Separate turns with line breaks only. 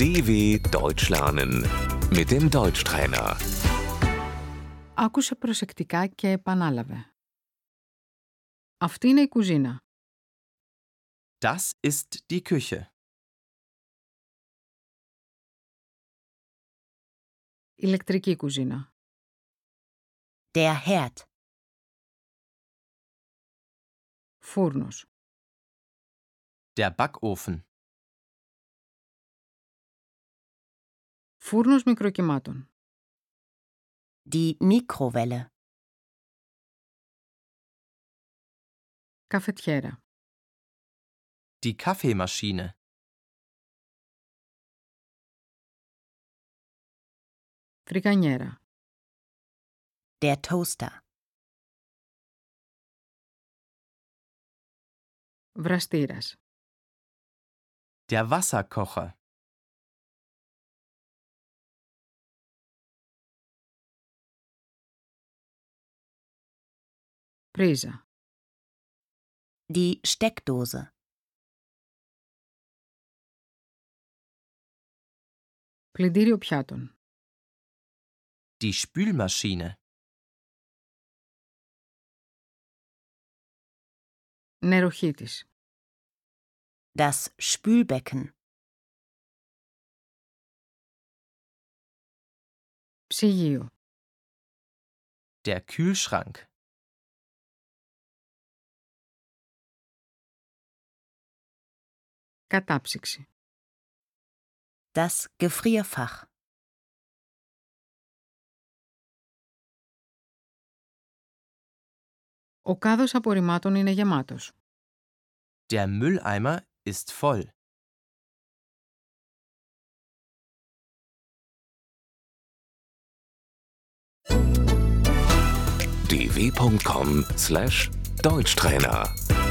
DW Deutsch lernen mit dem Deutschtrainer.
Άκουσε προσεκτικά και επανάλαβε. Αυτή είναι η κουζίνα.
Das ist die Küche.
Ηλεκτρική κουζίνα.
Der Herd.
Φούρνος.
Der Backofen.
Φούρνος μικροκυμάτων.
Die Mikrowelle.
Καφετιέρα.
Die Kaffeemaschine.
Φρικανιέρα.
Der Toaster.
Βραστήρας.
Der Wasserkocher.
Πρίζα.
Die Steckdose.
Πλυντήριο πιάτων.
Die Spülmaschine.
Νεροχύτης.
Das Spülbecken.
Ψυγείο.
Der Kühlschrank.
Κατάψυξη.
Das Gefrierfach.
Ο κάδος απορριμμάτων είναι γεμάτος.
Der Mülleimer ist voll.
dw.com/deutschtrainer